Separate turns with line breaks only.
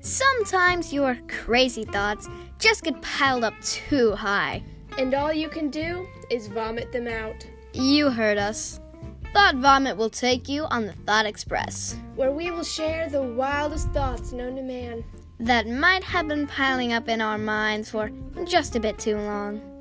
Sometimes your crazy thoughts just get piled up too high.
And all you can do is vomit them out,
You heard us. Thought Vomit will take you on the Thought Express.
where we will share the wildest thoughts known to man.
That might have been piling up in our minds for just a bit too long.